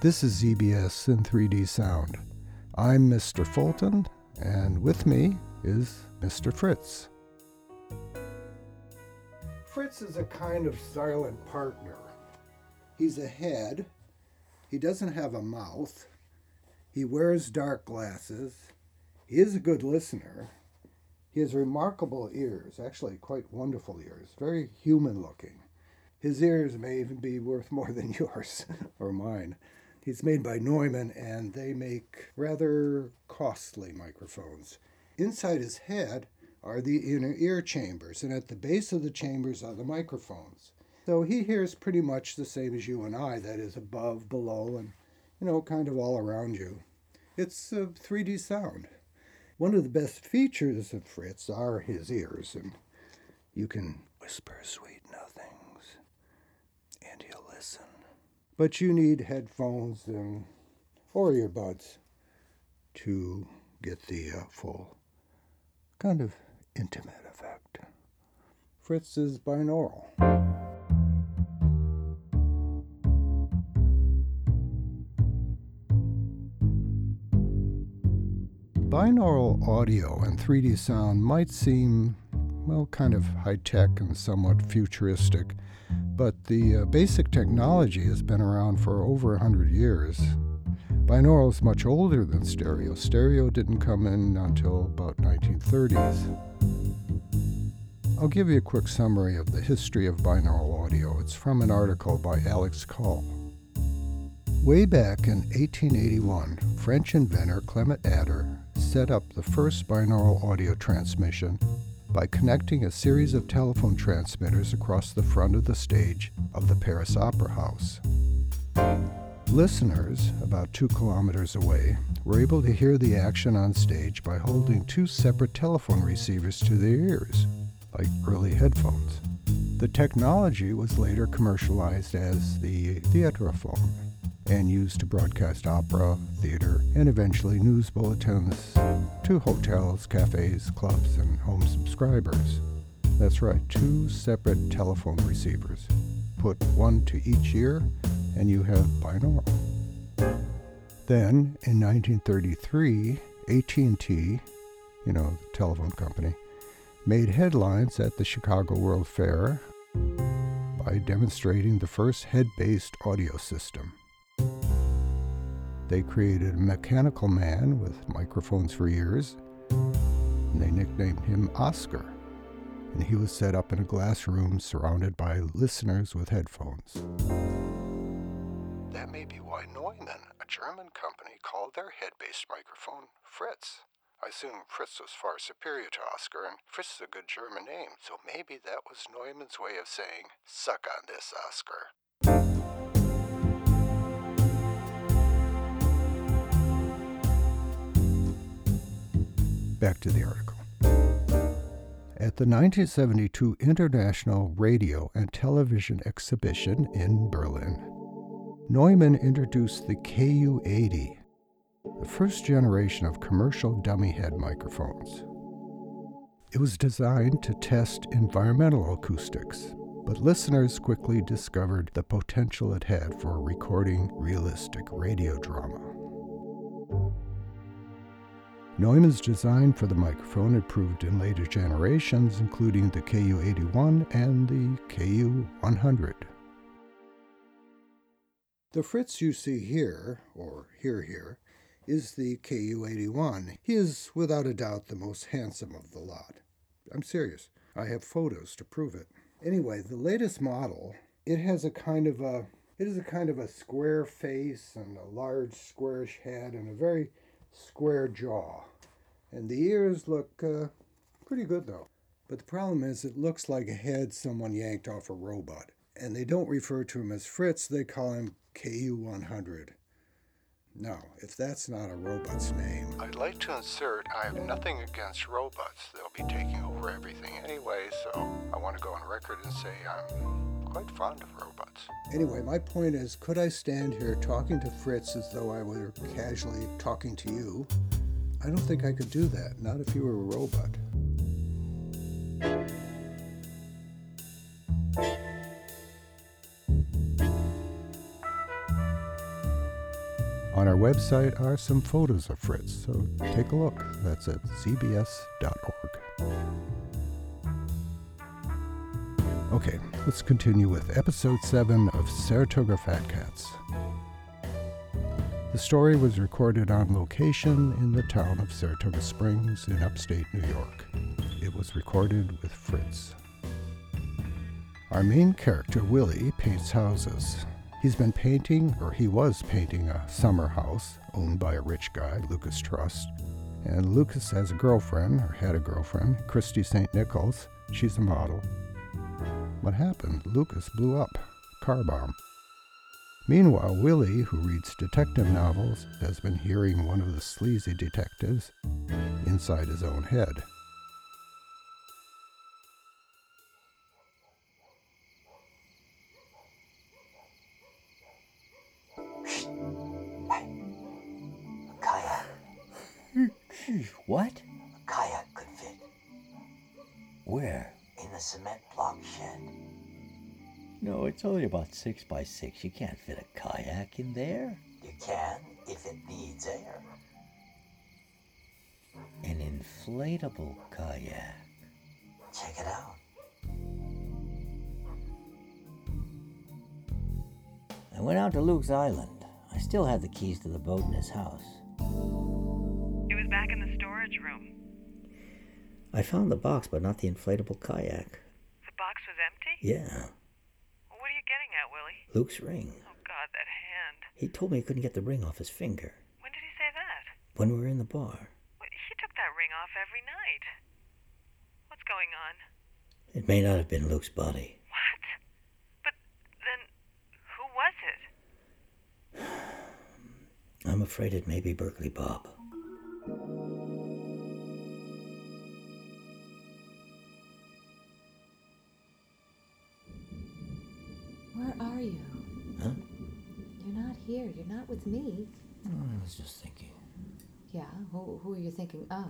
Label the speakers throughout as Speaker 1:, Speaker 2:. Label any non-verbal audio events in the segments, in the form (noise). Speaker 1: This is ZBS in 3D Sound. I'm Mr. Fulton, and with me is Mr. Fritz. Fritz is a kind of silent partner. He's a head, he doesn't have a mouth, he wears dark glasses, he is a good listener, he has remarkable ears, actually, quite wonderful ears, very human looking. His ears may even be worth more than (laughs) yours or mine. He's made by Neumann, and they make rather costly microphones. Inside his head are the inner ear chambers, and at the base of the chambers are the microphones. So he hears pretty much the same as you and I that is, above, below, and you know, kind of all around you. It's a 3D sound. One of the best features of Fritz are his ears, and you can whisper sweet nothings, and he'll listen but you need headphones and or earbuds to get the uh, full kind of intimate effect. Fritz is binaural. Binaural audio and 3D sound might seem, well, kind of high tech and somewhat futuristic but the uh, basic technology has been around for over 100 years. Binaural is much older than stereo. Stereo didn't come in until about 1930s. I'll give you a quick summary of the history of binaural audio. It's from an article by Alex Call. Way back in 1881, French inventor Clement Adder set up the first binaural audio transmission by connecting a series of telephone transmitters across the front of the stage of the Paris Opera House. Listeners, about two kilometers away, were able to hear the action on stage by holding two separate telephone receivers to their ears, like early headphones. The technology was later commercialized as the theatrophone and used to broadcast opera, theater, and eventually news bulletins to hotels, cafes, clubs, and home subscribers. That's right, two separate telephone receivers. Put one to each ear, and you have binaural. Then, in 1933, AT&T, you know, the telephone company, made headlines at the Chicago World Fair by demonstrating the first head-based audio system. They created a mechanical man with microphones for ears, and they nicknamed him Oscar. And he was set up in a glass room surrounded by listeners with headphones. That may be why Neumann, a German company, called their head based microphone Fritz. I assume Fritz was far superior to Oscar, and Fritz is a good German name, so maybe that was Neumann's way of saying, Suck on this, Oscar. back to the article. At the 1972 International Radio and Television Exhibition in Berlin, Neumann introduced the KU 80, the first generation of commercial dummy head microphones. It was designed to test environmental acoustics, but listeners quickly discovered the potential it had for recording realistic radio drama. Neumann's design for the microphone improved in later generations, including the KU 81 and the KU 100. The Fritz you see here, or here here, is the KU 81. He is, without a doubt, the most handsome of the lot. I'm serious. I have photos to prove it. Anyway, the latest model, it has a kind of a it is a kind of a square face and a large squarish head and a very square jaw. And the ears look uh, pretty good though. But the problem is, it looks like a head someone yanked off a robot. And they don't refer to him as Fritz, they call him KU 100. No, if that's not a robot's name. I'd like to insert I have nothing against robots. They'll be taking over everything anyway, so I want to go on record and say I'm quite fond of robots. Anyway, my point is could I stand here talking to Fritz as though I were casually talking to you? I don't think I could do that, not if you were a robot. On our website are some photos of Fritz, so take a look. That's at cbs.org. Okay, let's continue with episode 7 of Saratoga Fat Cats. The story was recorded on location in the town of Saratoga Springs in upstate New York. It was recorded with Fritz. Our main character, Willie, paints houses. He's been painting, or he was painting, a summer house owned by a rich guy, Lucas Trust. And Lucas has a girlfriend, or had a girlfriend, Christy St. Nichols. She's a model. What happened? Lucas blew up. Car bomb. Meanwhile, Willie, who reads detective novels, has been hearing one of the sleazy detectives inside his own head.
Speaker 2: Kayak.
Speaker 3: What?
Speaker 2: A kayak could fit
Speaker 3: Where?
Speaker 2: in the cement block shed.
Speaker 3: No, it's only about six by six. You can't fit a kayak in there.
Speaker 2: You can if it needs air.
Speaker 3: An inflatable kayak.
Speaker 2: Check it out.
Speaker 3: I went out to Luke's island. I still had the keys to the boat in his house.
Speaker 4: It was back in the storage room.
Speaker 3: I found the box, but not the inflatable kayak.
Speaker 4: The box was empty?
Speaker 3: Yeah,
Speaker 4: What are you getting at, Willie?
Speaker 3: Luke's ring.
Speaker 4: Oh, God, that hand.
Speaker 3: He told me he couldn't get the ring off his finger
Speaker 4: When did he say that?
Speaker 3: when we were in the bar.
Speaker 4: Wait, He took that ring off every night. What's going on?
Speaker 3: It may not have been Luke's body.
Speaker 4: What? But then, who was it?
Speaker 3: I'm afraid it may be Berkeley Bob.
Speaker 5: Where are you?
Speaker 3: Huh?
Speaker 5: You're not here. You're not with me.
Speaker 3: I was just thinking.
Speaker 5: Yeah, who, who are you thinking of?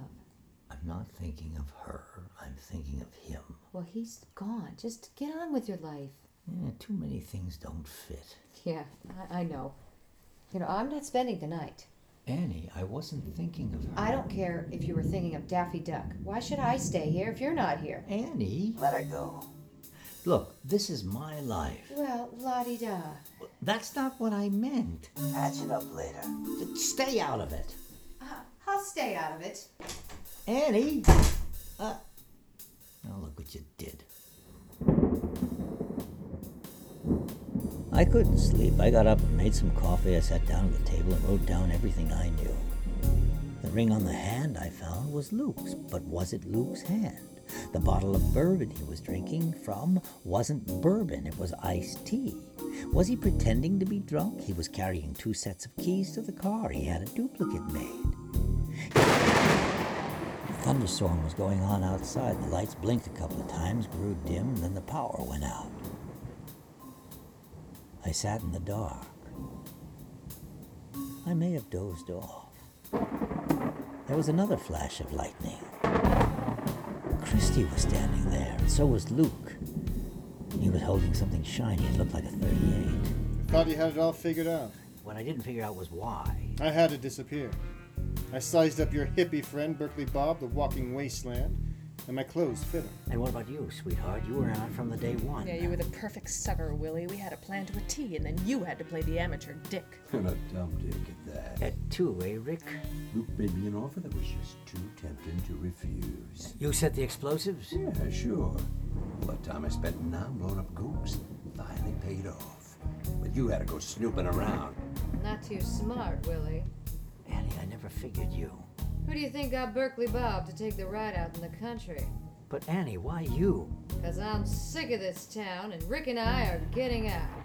Speaker 3: I'm not thinking of her. I'm thinking of him.
Speaker 5: Well, he's gone. Just get on with your life.
Speaker 3: Yeah, Eh, too many things don't fit.
Speaker 5: Yeah, I, I know. You know, I'm not spending the night.
Speaker 3: Annie, I wasn't thinking of her.
Speaker 5: I don't care if you were thinking of Daffy Duck. Why should I stay here if you're not here?
Speaker 3: Annie?
Speaker 2: Let her go.
Speaker 3: Look, this is my life.
Speaker 5: Well, la di da.
Speaker 3: That's not what I meant.
Speaker 2: Patch it up later.
Speaker 3: Stay out of it.
Speaker 5: I'll stay out of it.
Speaker 3: Annie! Uh, now look what you did. I couldn't sleep. I got up and made some coffee. I sat down at the table and wrote down everything I knew. The ring on the hand I found was Luke's, but was it Luke's hand? The bottle of bourbon he was drinking from wasn't bourbon, it was iced tea. Was he pretending to be drunk? He was carrying two sets of keys to the car. He had a duplicate made. A thunderstorm was going on outside. The lights blinked a couple of times, grew dim, then the power went out. I sat in the dark. I may have dozed off. There was another flash of lightning. Christy was standing there, and so was Luke. He was holding something shiny. It looked like a 38.
Speaker 6: Thought you had it all figured out.
Speaker 3: What I didn't figure out was why.
Speaker 6: I had to disappear. I sized up your hippie friend, Berkeley Bob, the walking wasteland, and my clothes fit him.
Speaker 3: And what about you, sweetheart? You were on from the day one.
Speaker 7: Yeah, you were the perfect sucker, Willie. We had a plan to a T, and then you had to play the amateur dick.
Speaker 8: And a dumb dick at um, that.
Speaker 3: At two, eh, Rick?
Speaker 8: Luke made me an offer that was just too tempting to refuse.
Speaker 3: You set the explosives?
Speaker 8: Yeah, sure. All that time I spent in now blowing up gooks finally paid off. But you had to go snooping around.
Speaker 5: Not too smart, Willie.
Speaker 3: Annie, I never figured you.
Speaker 5: Who do you think got Berkeley Bob to take the ride out in the country?
Speaker 3: But Annie, why you?
Speaker 5: Because I'm sick of this town and Rick and I are getting out.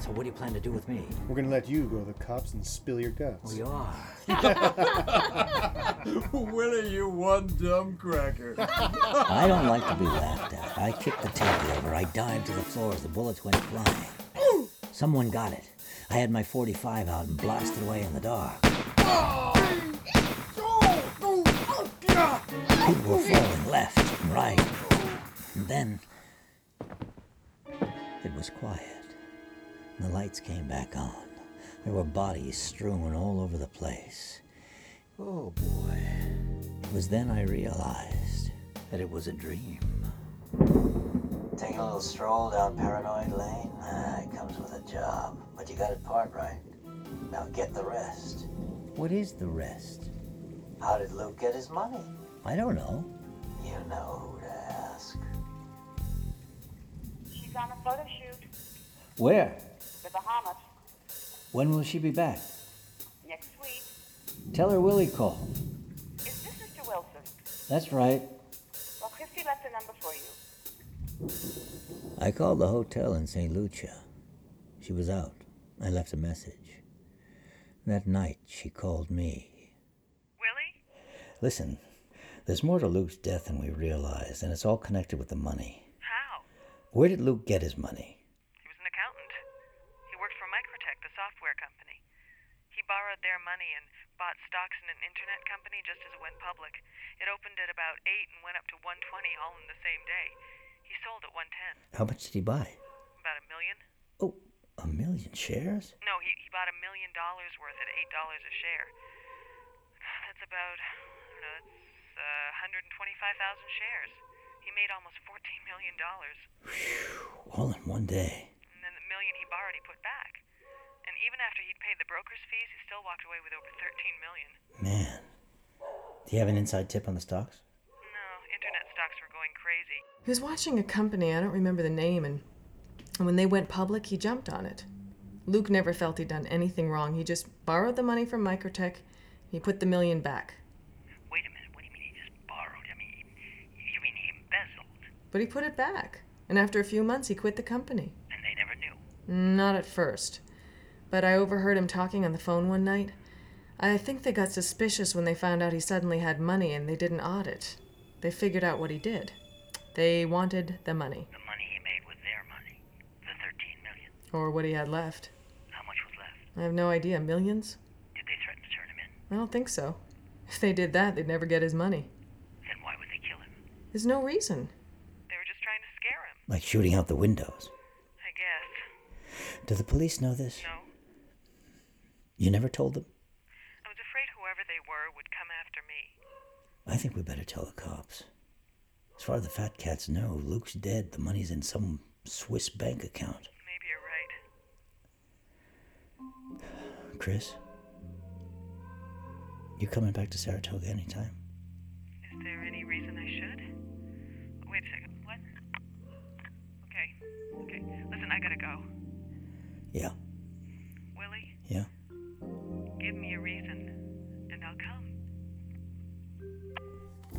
Speaker 3: So what do you plan to do with me?
Speaker 6: We're gonna let you go to the cops and spill your guts.
Speaker 3: We are.
Speaker 8: (laughs) Willie, you one dumb cracker.
Speaker 3: I don't like to be laughed at. I kicked the table over. I dived to the floor as the bullets went flying. Someone got it. I had my 45 out and blasted away in the dark. People were falling left and right. And then it was quiet. The lights came back on. There were bodies strewn all over the place. Oh boy. It was then I realized that it was a dream.
Speaker 9: Take a little stroll down Paranoid Lane. Ah, it comes with a job, but you got it part right. Now get the rest.
Speaker 3: What is the rest?
Speaker 9: How did Luke get his money?
Speaker 3: I don't know.
Speaker 9: You know who to ask.
Speaker 10: She's on a photo shoot.
Speaker 3: Where?
Speaker 10: The Bahamas.
Speaker 3: When will she be back?
Speaker 10: Next week.
Speaker 3: Tell her Willie called.
Speaker 10: Is this Mr. Wilson?
Speaker 3: That's right.
Speaker 10: Well, Christy left a number for you.
Speaker 3: I called the hotel in St. Lucia. She was out. I left a message. That night, she called me.
Speaker 4: Willie?
Speaker 3: Listen, there's more to Luke's death than we realize, and it's all connected with the money.
Speaker 4: How?
Speaker 3: Where did Luke get his money?
Speaker 4: He was an accountant. He worked for Microtech, the software company. He borrowed their money and bought stocks in an internet company just as it went public. It opened at about 8 and went up to 120 all in the same day. He sold at 110.
Speaker 3: How much did he buy?
Speaker 4: About a million?
Speaker 3: Oh, a million shares?
Speaker 4: No, he, he bought a million dollars worth at $8 a share. That's about, I don't know, that's uh, 125,000 shares. He made almost $14 million.
Speaker 3: All in one day.
Speaker 4: And then the million he borrowed, he put back. And even after he'd paid the broker's fees, he still walked away with over 13 million.
Speaker 3: Man. Do you have an inside tip on the stocks?
Speaker 4: No, internet stocks were going crazy.
Speaker 11: He was watching a company, I don't remember the name, and, and when they went public, he jumped on it. Luke never felt he'd done anything wrong. He just borrowed the money from Microtech, he put the million back.
Speaker 10: Wait a minute. What do you mean he just borrowed? I mean, you mean he embezzled,
Speaker 11: But he put it back, and after a few months, he quit the company.
Speaker 10: and they never knew.
Speaker 11: Not at first. But I overheard him talking on the phone one night. I think they got suspicious when they found out he suddenly had money and they didn't audit. They figured out what he did. They wanted the money,
Speaker 10: The money he made with their money, the 13 million.
Speaker 11: or what he had left.
Speaker 10: How much was left?
Speaker 11: I have no idea. Millions?
Speaker 10: Did they threaten to turn him in?
Speaker 11: I don't think so. If they did that, they'd never get his money.
Speaker 10: Then why would they kill him?
Speaker 11: There's no reason.
Speaker 4: They were just trying to scare him,
Speaker 3: Like shooting out the windows.
Speaker 4: I guess.
Speaker 3: Do the police know this?
Speaker 4: No,
Speaker 3: You never told them?
Speaker 4: I was afraid whoever they were would come after me.
Speaker 3: I think we better tell the cops. As far as the fat cats know, Luke's dead. The money's in some Swiss bank account.
Speaker 4: Maybe you're right.
Speaker 3: Chris? You coming back to Saratoga anytime?
Speaker 4: Is there any reason I should? Wait a second. What? Okay. Okay. Listen, I gotta go.
Speaker 3: Yeah,
Speaker 4: Willie,
Speaker 3: yeah.
Speaker 4: give me a reason, and I'll come.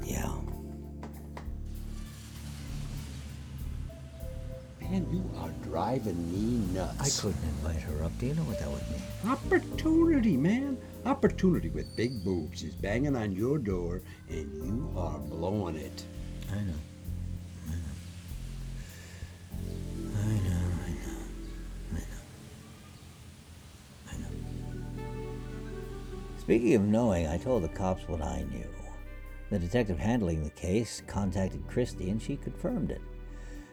Speaker 3: Yeah.
Speaker 8: Man, you are driving me
Speaker 3: I
Speaker 8: nuts.
Speaker 3: couldn't invite her up. Do you know what that would mean?
Speaker 8: Opportunity, man. Opportunity with big boobs is banging on your door, and you are blowing it.
Speaker 3: I know. I know. I know. I know. I know. I know. Speaking of knowing, I told the cops what I knew. The detective handling the case contacted Christie and she confirmed it.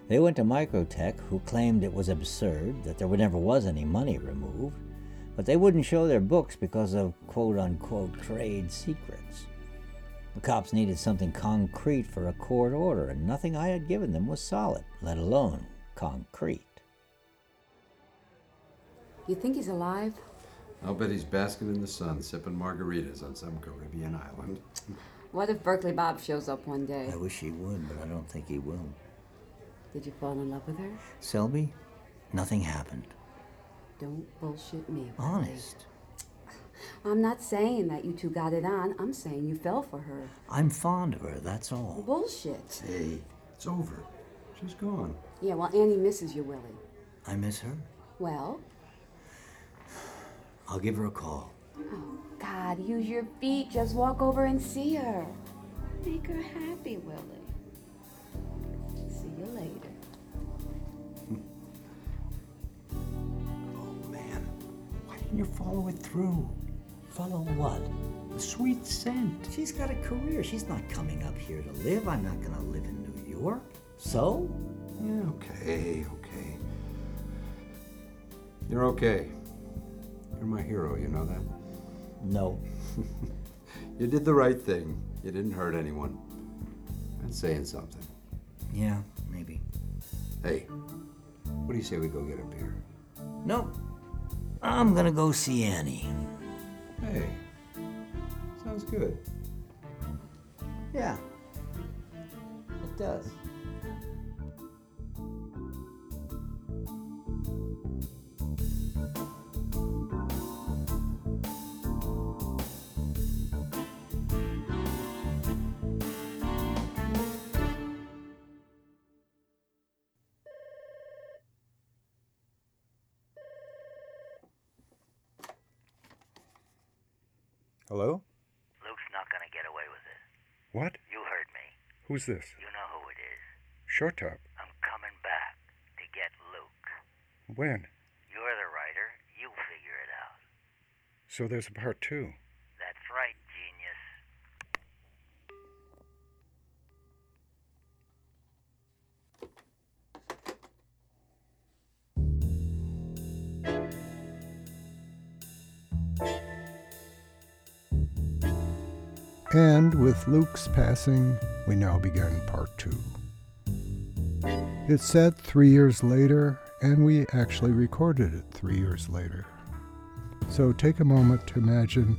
Speaker 3: They went to Microtech, who claimed it was absurd that there never was any money removed, but they wouldn't show their books because of quote unquote trade secrets. The cops needed something concrete for a court order, and nothing I had given them was solid, let alone concrete.
Speaker 12: You think he's alive?
Speaker 8: I'll bet he's basking in the sun, sipping margaritas on some Caribbean island.
Speaker 12: What if Berkeley Bob shows up one day?
Speaker 3: I wish he would, but I don't think he will.
Speaker 12: Did you fall in love with her?
Speaker 3: Selby, nothing happened.
Speaker 12: Don't bullshit me. Berkeley.
Speaker 3: Honest.
Speaker 12: I'm not saying that you two got it on. I'm saying you fell for her.
Speaker 3: I'm fond of her, that's all.
Speaker 12: Bullshit.
Speaker 8: Hey, it's over. She's gone.
Speaker 12: Yeah, well, Annie misses you, Willie.
Speaker 3: I miss her.
Speaker 12: Well,
Speaker 3: I'll give her a call.
Speaker 12: oh, God, use your feet. Just walk over and see her. Make her happy, Willie. See you later.
Speaker 8: Oh, man. Why didn't you follow it through?
Speaker 3: Follow what?
Speaker 8: The sweet scent.
Speaker 3: She's got a career. She's not coming up here to live. I'm not going to live in New York. So?
Speaker 8: Yeah, okay, okay. You're okay. You're my hero, you know that?
Speaker 3: No.
Speaker 8: You did the right thing. You didn't hurt anyone. That's saying something.
Speaker 3: Yeah, maybe.
Speaker 8: Hey, what do you say we go get a beer?
Speaker 3: No. I'm gonna go see Annie.
Speaker 8: Hey, sounds good.
Speaker 3: Yeah. It does.
Speaker 13: Hello?
Speaker 4: Luke's not gonna get away with it.
Speaker 13: What?
Speaker 4: You heard me.
Speaker 13: Who's this?
Speaker 4: You know who it is.
Speaker 13: Short Top.
Speaker 4: I'm coming back to get Luke.
Speaker 13: When?
Speaker 4: You're the writer. You figure it out.
Speaker 13: So there's a part two.
Speaker 4: That's right, genius.
Speaker 1: And with Luke's passing, we now begin part two. It's set three years later, and we actually recorded it three years later. So take a moment to imagine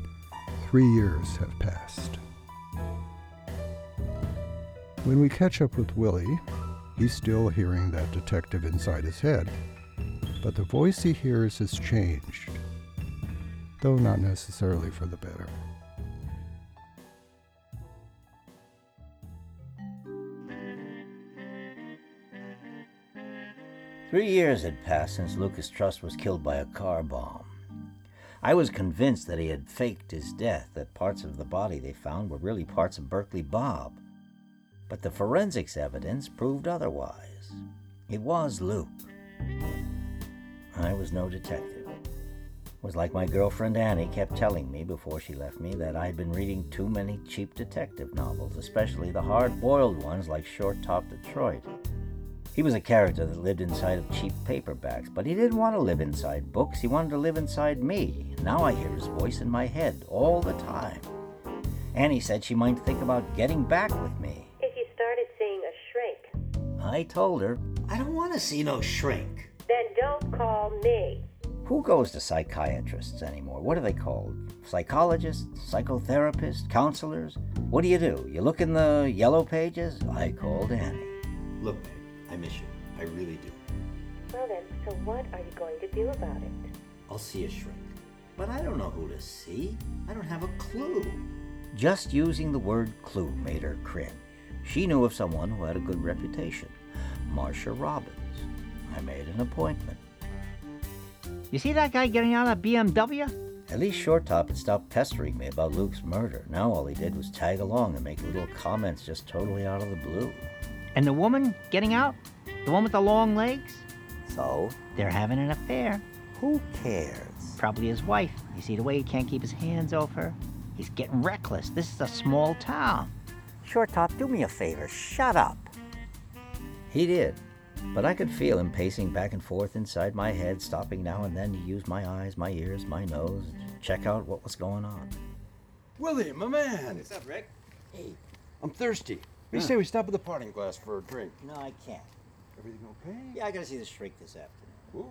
Speaker 1: three years have passed. When we catch up with Willie, he's still hearing that detective inside his head, but the voice he hears has changed, though not necessarily for the better.
Speaker 3: Three years had passed since Lucas Trust was killed by a car bomb. I was convinced that he had faked his death, that parts of the body they found were really parts of Berkeley Bob. But the forensics evidence proved otherwise. It was Luke. I was no detective. It was like my girlfriend Annie kept telling me before she left me that I'd been reading too many cheap detective novels, especially the hard boiled ones like Short Top Detroit. He was a character that lived inside of cheap paperbacks, but he didn't want to live inside books. He wanted to live inside me. Now I hear his voice in my head all the time. Annie said she might think about getting back with me.
Speaker 14: If you started seeing a shrink,
Speaker 3: I told her, I don't want to see no shrink.
Speaker 14: then don't call me.
Speaker 3: Who goes to psychiatrists anymore? What are they called? Psychologists? Psychotherapists? Counselors? What do you do? You look in the yellow pages? I called Annie.
Speaker 15: Look, babe, I miss you. I really do.
Speaker 14: Well then, so what are you going to do about it?
Speaker 15: I'll see a shrink. But I don't know who to see. I don't have a clue.
Speaker 3: Just using the word clue made her cringe. She knew of someone who had a good reputation Marcia Robbins. I made an appointment.
Speaker 16: You see that guy getting out of BMW?
Speaker 3: At least Shortop had stopped pestering me about Luke's murder. Now all he did was tag along and make little comments just totally out of the blue.
Speaker 16: And the woman getting out? The one with the long legs?
Speaker 3: So,
Speaker 16: They're having an affair.
Speaker 3: Who cares?
Speaker 16: Probably his wife. You see the way he can't keep his hands off her? He's getting reckless. This is a small town.
Speaker 3: Short Top, do me a favor. Shut up. He did, but I could feel him pacing back and forth inside my head, stopping now and then to use my eyes, my ears, my nose, to check out what was going on.
Speaker 8: Willie, my man!
Speaker 15: What's up, Rick?
Speaker 8: Hey, I'm thirsty. What do you
Speaker 3: Huh.
Speaker 8: say we stop at the parting glass for a drink?
Speaker 3: No, I can't.
Speaker 8: Everything okay?
Speaker 3: Yeah, I gotta see the shrink this afternoon.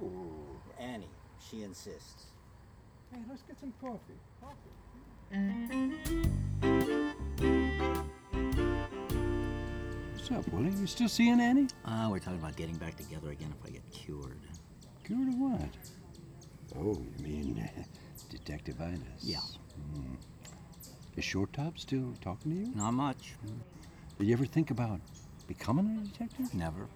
Speaker 8: Ooh.
Speaker 3: Annie, she insists.
Speaker 8: Hey, let's get some coffee. Coffee. What's up, Willie? You still seeing Annie?
Speaker 3: Ah, we're talking about getting back together again if I get cured.
Speaker 8: Cured of what? Oh, you mean Detective Inez?
Speaker 3: Yeah.
Speaker 8: Hmm. Is Short Top still talking to you?
Speaker 3: Not much.
Speaker 8: Did you ever think about becoming a detective?
Speaker 3: Never.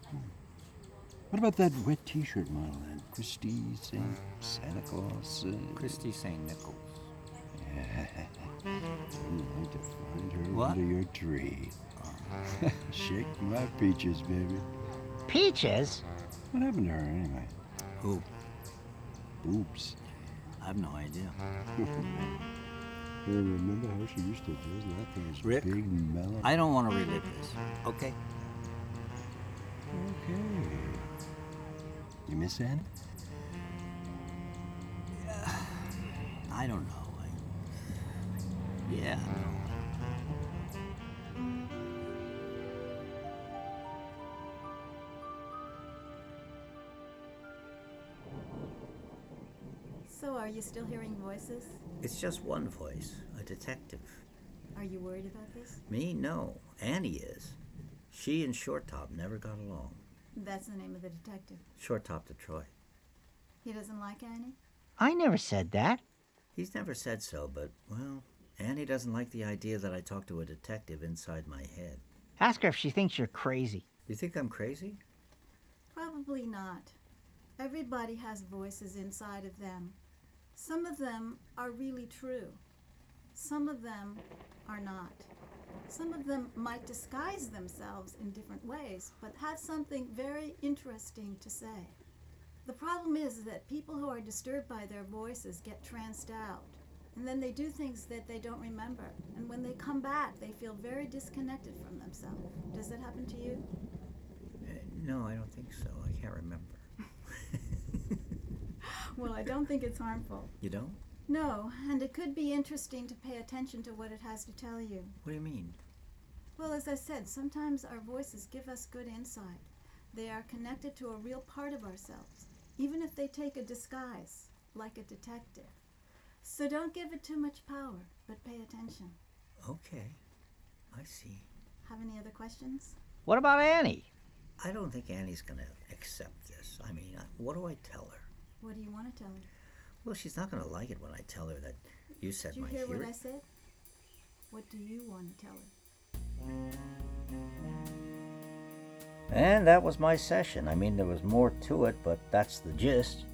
Speaker 8: What about that wet T-shirt model, that Christy Saint Santa Claus? Uh,
Speaker 3: Christy Saint Nichols.
Speaker 8: Yeah. I'd like to find her
Speaker 15: What? Uh-huh.
Speaker 8: under your tree. (laughs) Shake my peaches, baby.
Speaker 16: Peaches?
Speaker 8: What happened to her anyway?
Speaker 3: Who?
Speaker 8: Boobs.
Speaker 3: I've no idea.
Speaker 8: hey, remember how she used to do that thing? was
Speaker 3: Rick,
Speaker 8: big melon.
Speaker 3: I don't want to relive this, okay?
Speaker 8: Okay. You miss Annie?
Speaker 17: I don't know. I, yeah.
Speaker 7: So, are you still hearing voices?
Speaker 3: It's just one voice, a detective.
Speaker 7: Are you worried about this?
Speaker 3: Me, no. Annie is. She and Short Top never got along.
Speaker 7: That's the name of the detective.
Speaker 3: Short Top Detroit.
Speaker 7: He doesn't like Annie?
Speaker 18: I never said that.
Speaker 3: He's never said so, but, well, Annie doesn't like the idea that I talk to a detective inside my head.
Speaker 18: Ask her if she thinks you're crazy.
Speaker 3: You think I'm crazy?
Speaker 7: Probably not. Everybody has voices inside of them. Some of them are really true, some of them are not. Some of them might disguise themselves in different ways, but have something very interesting to say. The problem is that people who are disturbed by their voices get tranced out, and then they do things that they don't remember. And when they come back, they feel very disconnected from themselves. Does that happen to you?
Speaker 3: Uh, no, I don't think so. I can't remember. (laughs)
Speaker 7: Well, I don't think it's harmful.
Speaker 3: You don't?
Speaker 7: No, and it could be interesting to pay attention to what it has to tell you.
Speaker 3: What do you mean?
Speaker 7: Well, as I said, sometimes our voices give us good insight. They are connected to a real part of ourselves, even if they take a disguise, like a detective. So don't give it too much power, but pay attention.
Speaker 3: Okay. I see.
Speaker 7: Have any other questions?
Speaker 18: What about Annie?
Speaker 3: I don't think Annie's going to accept this. I mean, I- what do I tell her?
Speaker 7: What do you want to tell her?
Speaker 3: Well, she's not going to like it when I tell her that you said
Speaker 7: Did you
Speaker 3: my
Speaker 7: hear what
Speaker 3: hearing-
Speaker 7: I said? What do you want to tell her?
Speaker 3: And that was my session. I mean, there was more to it, but that's the gist.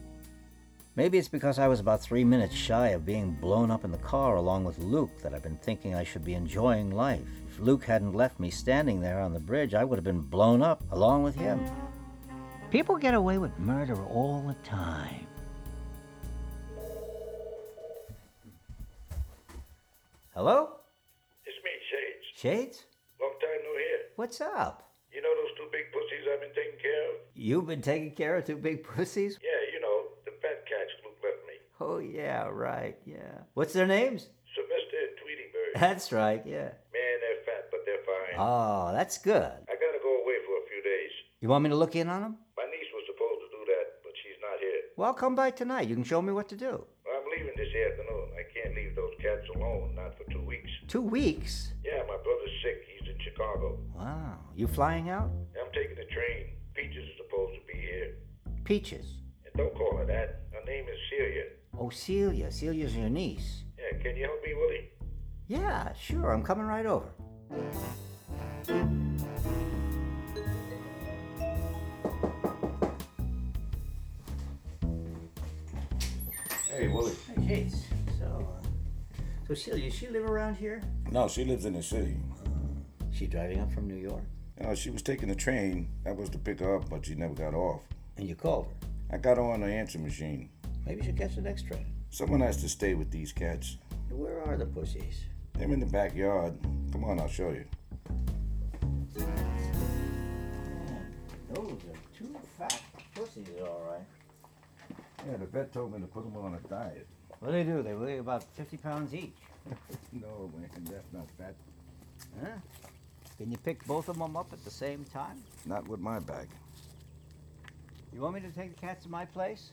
Speaker 3: Maybe it's because I was about three minutes shy of being blown up in the car along with Luke that I've been thinking I should be enjoying life. If Luke hadn't left me standing there on the bridge, I would have been blown up along with him.
Speaker 18: People get away with murder all the time.
Speaker 3: Hello?
Speaker 4: It's me, Shades.
Speaker 3: Shades?
Speaker 4: Long time no hear.
Speaker 3: What's up?
Speaker 4: You know those two big pussies I've been taking care of?
Speaker 3: You've been taking care of two big (laughs) pussies?
Speaker 4: Yeah, you know, the fat cats Luke left me.
Speaker 3: Oh, yeah, right, yeah. What's their names?
Speaker 4: Sylvester and Tweety Bird.
Speaker 3: That's right, yeah.
Speaker 4: Man, they're fat, but they're fine.
Speaker 3: Oh, that's good.
Speaker 4: I gotta go away for a few days.
Speaker 3: You want me to look in on them?
Speaker 4: My niece was supposed to do that, but she's not here.
Speaker 3: Well, come by tonight. You can show me what to do.
Speaker 4: I'm leaving this afternoon. I can't leave those cats alone, not for two weeks.
Speaker 3: Two weeks?
Speaker 4: Yeah, my brother's sick. He's in Chicago.
Speaker 3: Wow. You flying out?
Speaker 4: I'm taking the train. Peaches is supposed to be here.
Speaker 3: Peaches.
Speaker 4: And don't call her that. Her name is Celia.
Speaker 3: Oh, Celia. Celia's your niece.
Speaker 4: Yeah, can you help me, Willie?
Speaker 3: Yeah, sure. I'm coming right over.
Speaker 8: Hey, Willie.
Speaker 3: Hey, Kate. So, uh, so Celia, does she live around here?
Speaker 8: No, she lives in the city.
Speaker 3: She driving up from New York?
Speaker 8: You know, she was taking the train. I was to pick her up, but she never got off.
Speaker 3: And you called
Speaker 8: her? I got her on the answer machine.
Speaker 3: Maybe she'll catch the next train.
Speaker 8: Someone has to stay with these cats.
Speaker 3: Where are the pussies?
Speaker 8: They're in the backyard. Come on, I'll show you.
Speaker 3: Those are two fat pussies, all right.
Speaker 8: Yeah, the vet told me to put them on a diet.
Speaker 3: What do they do? They weigh about 50 pounds each.
Speaker 8: no, man, that's not fat.
Speaker 3: Huh? Can you pick both of them up at the same time?
Speaker 8: Not with my bag.
Speaker 3: You want me to take the cats to my place?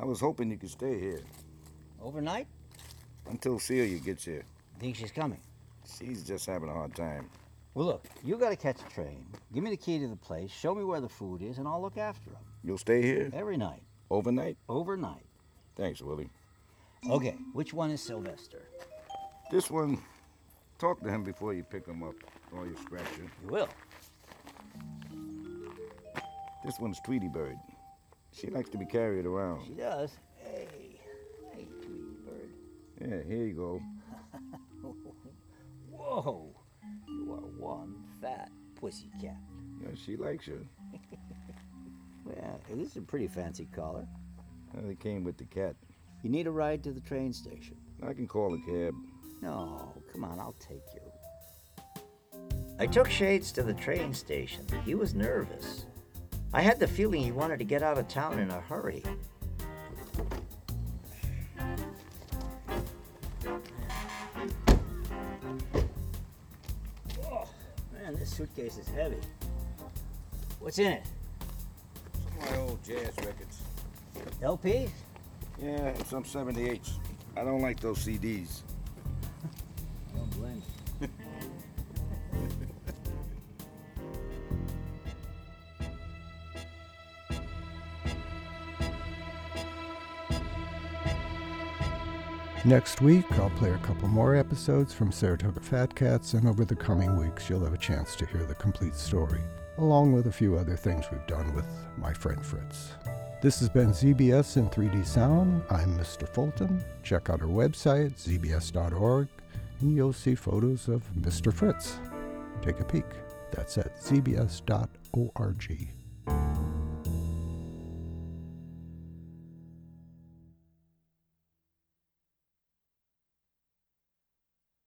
Speaker 8: I was hoping you could stay here.
Speaker 3: Overnight?
Speaker 8: Until Celia gets here.
Speaker 3: Think she's coming?
Speaker 8: She's just having a hard time.
Speaker 3: Well, look, you gotta catch a train. Give me the key to the place, show me where the food is, and I'll look after them.
Speaker 8: You'll stay here?
Speaker 3: Every night.
Speaker 8: Overnight?
Speaker 3: Overnight.
Speaker 8: Thanks, Willie.
Speaker 3: Okay, which one is Sylvester?
Speaker 8: This one, talk to him before you pick him up, or you scratch him.
Speaker 3: You will.
Speaker 8: This one's Tweety Bird. She likes to be carried around.
Speaker 3: She does. Hey, hey, Tweety Bird.
Speaker 8: Yeah, here you go.
Speaker 3: (laughs) Whoa! You are one fat pussy cat.
Speaker 8: Yeah, she likes you.
Speaker 3: (laughs) Well, this is a pretty fancy collar.
Speaker 8: Uh, They came with the cat.
Speaker 3: You need a ride to the train station.
Speaker 8: I can call a cab.
Speaker 3: No, come on, I'll take you. I took Shades to the train station. He was nervous. I had the feeling he wanted to get out of town in a hurry. Oh, suitcase is heavy. What's in it?
Speaker 8: Some of my old jazz records.
Speaker 3: LP?
Speaker 8: Yeah, and some 78s. I don't like those CDs.
Speaker 3: Don't blame you.
Speaker 1: Next week, I'll play a couple more episodes from Saratoga Fat Cats, and over the coming weeks, you'll have a chance to hear the complete story, along with a few other things we've done with my friend Fritz. This has been ZBS in 3D Sound. I'm Mr. Fulton. Check out our website, zbs.org, and you'll see photos of Mr. Fritz. Take a peek. That's at zbs.org.